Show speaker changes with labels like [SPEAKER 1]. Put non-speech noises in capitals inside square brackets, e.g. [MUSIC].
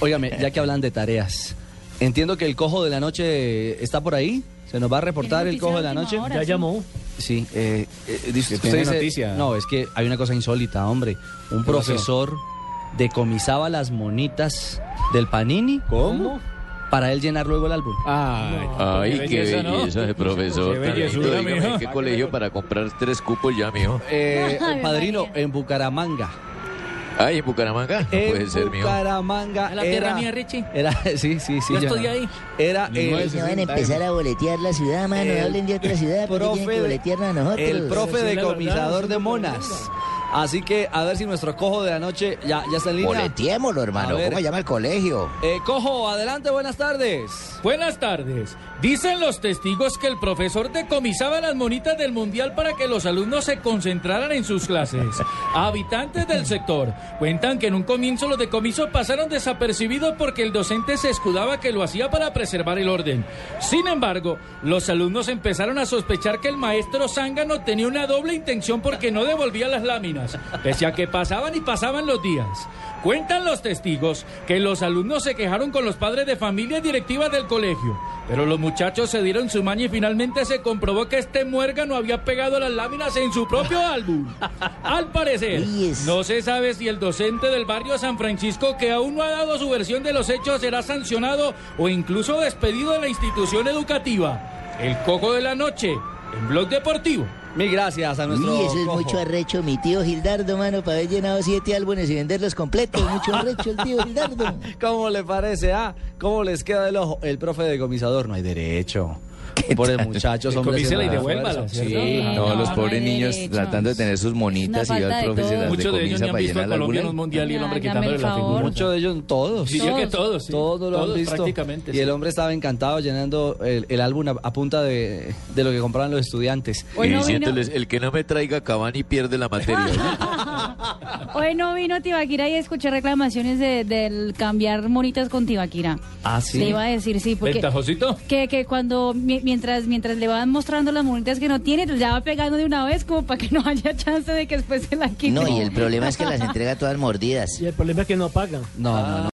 [SPEAKER 1] Óigame, ya
[SPEAKER 2] Eh.
[SPEAKER 1] que hablan de tareas, entiendo que el cojo de la noche está por ahí. ¿Se nos va a reportar
[SPEAKER 3] Tiene
[SPEAKER 1] el cojo de
[SPEAKER 3] noticia
[SPEAKER 1] la
[SPEAKER 3] de
[SPEAKER 1] noche?
[SPEAKER 3] última
[SPEAKER 4] Ya
[SPEAKER 3] hora. Ahora
[SPEAKER 4] llamó.
[SPEAKER 3] sí.
[SPEAKER 1] Sí, eh, eh, dice-
[SPEAKER 2] Que
[SPEAKER 1] usted
[SPEAKER 2] tiene
[SPEAKER 1] dice-
[SPEAKER 2] noticia.
[SPEAKER 1] No, es que hay una cosa insólita, hombre. Un
[SPEAKER 2] ¿Qué pasó?
[SPEAKER 1] profesor decomisaba las monitas del Panini
[SPEAKER 2] ¿Cómo? Ah,
[SPEAKER 1] para él llenar luego el álbum.
[SPEAKER 2] Ay,
[SPEAKER 5] Ay, qué belleza,
[SPEAKER 2] ¿no?
[SPEAKER 5] ese
[SPEAKER 2] Qué
[SPEAKER 5] profesor. tan
[SPEAKER 2] bellezura,
[SPEAKER 5] lindo. Dígame,
[SPEAKER 2] mijo.
[SPEAKER 5] ¿en qué colegio para comprar tres cupos ya, mijo?
[SPEAKER 1] [LAUGHS] Eh,
[SPEAKER 3] Ay,
[SPEAKER 1] padrino,
[SPEAKER 3] María.
[SPEAKER 1] en Bucaramanga.
[SPEAKER 5] Ay, ¿en Bucaramanga? No
[SPEAKER 1] en
[SPEAKER 5] puede ser, mijo.
[SPEAKER 1] Bucaramanga.
[SPEAKER 6] A la
[SPEAKER 1] era,
[SPEAKER 6] tierra mía, Richie.
[SPEAKER 1] Era, [LAUGHS] sí, sí, sí.
[SPEAKER 6] Yo estudié ahí.
[SPEAKER 1] Era eh,
[SPEAKER 2] Ni
[SPEAKER 1] el-
[SPEAKER 2] nueve,
[SPEAKER 7] Ya van a empezar a boletear la ciudad, mano.
[SPEAKER 1] El
[SPEAKER 7] Hablen de otra ciudad, porque tienen
[SPEAKER 1] profe
[SPEAKER 7] que
[SPEAKER 1] de-
[SPEAKER 7] boletearnos a nosotros.
[SPEAKER 1] El profe
[SPEAKER 4] sí, la
[SPEAKER 1] decomisador
[SPEAKER 4] verdad,
[SPEAKER 1] de
[SPEAKER 4] sí, la
[SPEAKER 1] monas. Así que a ver si nuestro cojo de la noche ya, ya está en línea.
[SPEAKER 7] Boleteémoslo, hermano.
[SPEAKER 1] A ver.
[SPEAKER 7] ¿Cómo llama el colegio?
[SPEAKER 1] Eh, cojo, adelante, buenas tardes.
[SPEAKER 6] Buenas tardes. Dicen los testigos que el profesor decomisaba las monitas del mundial para que los alumnos se concentraran en sus
[SPEAKER 5] [LAUGHS]
[SPEAKER 6] clases. Habitantes del sector cuentan que en un comienzo los decomisos pasaron desapercibidos porque el docente se escudaba que lo hacía para preservar el orden. Sin embargo, los alumnos empezaron a sospechar que el maestro Zángano tenía una doble intención porque no devolvía las láminas, pese a que pasaban y pasaban los días. Cuentan los testigos que los alumnos se quejaron con los padres de familia y directivas del colegio, pero los muchachos se dieron su maña y finalmente se comprobó que este muérgano había pegado las láminas en su propio álbum. Al parecer,
[SPEAKER 7] Yes.
[SPEAKER 6] no se sabe si el docente del barrio San Francisco, que aún no ha dado su versión de los hechos, será sancionado o incluso despedido de la institución educativa. El coco de la noche, en Blog Deportivo.
[SPEAKER 1] Mil gracias a nuestro.
[SPEAKER 7] Uy, eso es
[SPEAKER 1] cojo.
[SPEAKER 7] mucho arrecho, mi tío Gildardo, mano, para haber llenado siete álbumes y venderlos completos. Mucho arrecho el tío Gildardo.
[SPEAKER 1] ¿Cómo le parece? Ah, ¿cómo les queda el ojo? El profe decomisador no hay
[SPEAKER 7] [LAUGHS]
[SPEAKER 1] derecho. Pobres muchachos, hombre.
[SPEAKER 4] Decomisela y
[SPEAKER 1] devuelva
[SPEAKER 4] devuélvala,
[SPEAKER 1] Sí.
[SPEAKER 6] Ah.
[SPEAKER 3] ¿cierto?
[SPEAKER 8] No,
[SPEAKER 3] no,
[SPEAKER 8] los
[SPEAKER 3] no
[SPEAKER 8] pobres
[SPEAKER 3] hay
[SPEAKER 8] niños
[SPEAKER 3] derechos.
[SPEAKER 8] tratando de tener sus monitas
[SPEAKER 3] Una
[SPEAKER 8] y
[SPEAKER 3] falta
[SPEAKER 8] al
[SPEAKER 3] de
[SPEAKER 8] profe se
[SPEAKER 3] todo.
[SPEAKER 8] las
[SPEAKER 3] Muchos
[SPEAKER 6] Muchos de ellos
[SPEAKER 8] decomisa
[SPEAKER 6] ni han
[SPEAKER 8] para
[SPEAKER 6] visto a
[SPEAKER 8] llenar la
[SPEAKER 6] Colombia en un
[SPEAKER 8] álbum.
[SPEAKER 6] mundial y el hombre
[SPEAKER 3] Ya,
[SPEAKER 6] quitándole
[SPEAKER 3] hágame el
[SPEAKER 6] la
[SPEAKER 3] favor.
[SPEAKER 6] figura.
[SPEAKER 1] Muchos de ellos, todos.
[SPEAKER 6] Diría que todos, sí.
[SPEAKER 1] Todos lo han
[SPEAKER 6] Todos
[SPEAKER 1] visto.
[SPEAKER 6] prácticamente,
[SPEAKER 1] y
[SPEAKER 6] sí.
[SPEAKER 1] el hombre estaba encantado llenando el, el álbum a, a punta de, de lo que compraban los estudiantes.
[SPEAKER 3] Hoy
[SPEAKER 5] y
[SPEAKER 3] no
[SPEAKER 5] diciéndoles, el que no me traiga Cavani pierde la materia.
[SPEAKER 3] Hoy no vino Tibaquira y escuché reclamaciones de- del cambiar monitas con Tibaquira.
[SPEAKER 1] Ah,
[SPEAKER 3] Le iba a decir, sí, porque...
[SPEAKER 6] ¿Ventajosito?
[SPEAKER 3] Que, que cuando, mi- mientras, mientras le van mostrando las monitas que no tiene, pues ya va pegando de una vez como para que no haya chance de que después se la quiten.
[SPEAKER 7] No, y el problema es que las entrega todas mordidas.
[SPEAKER 4] Y el problema es que no pagan.
[SPEAKER 1] No, no, no.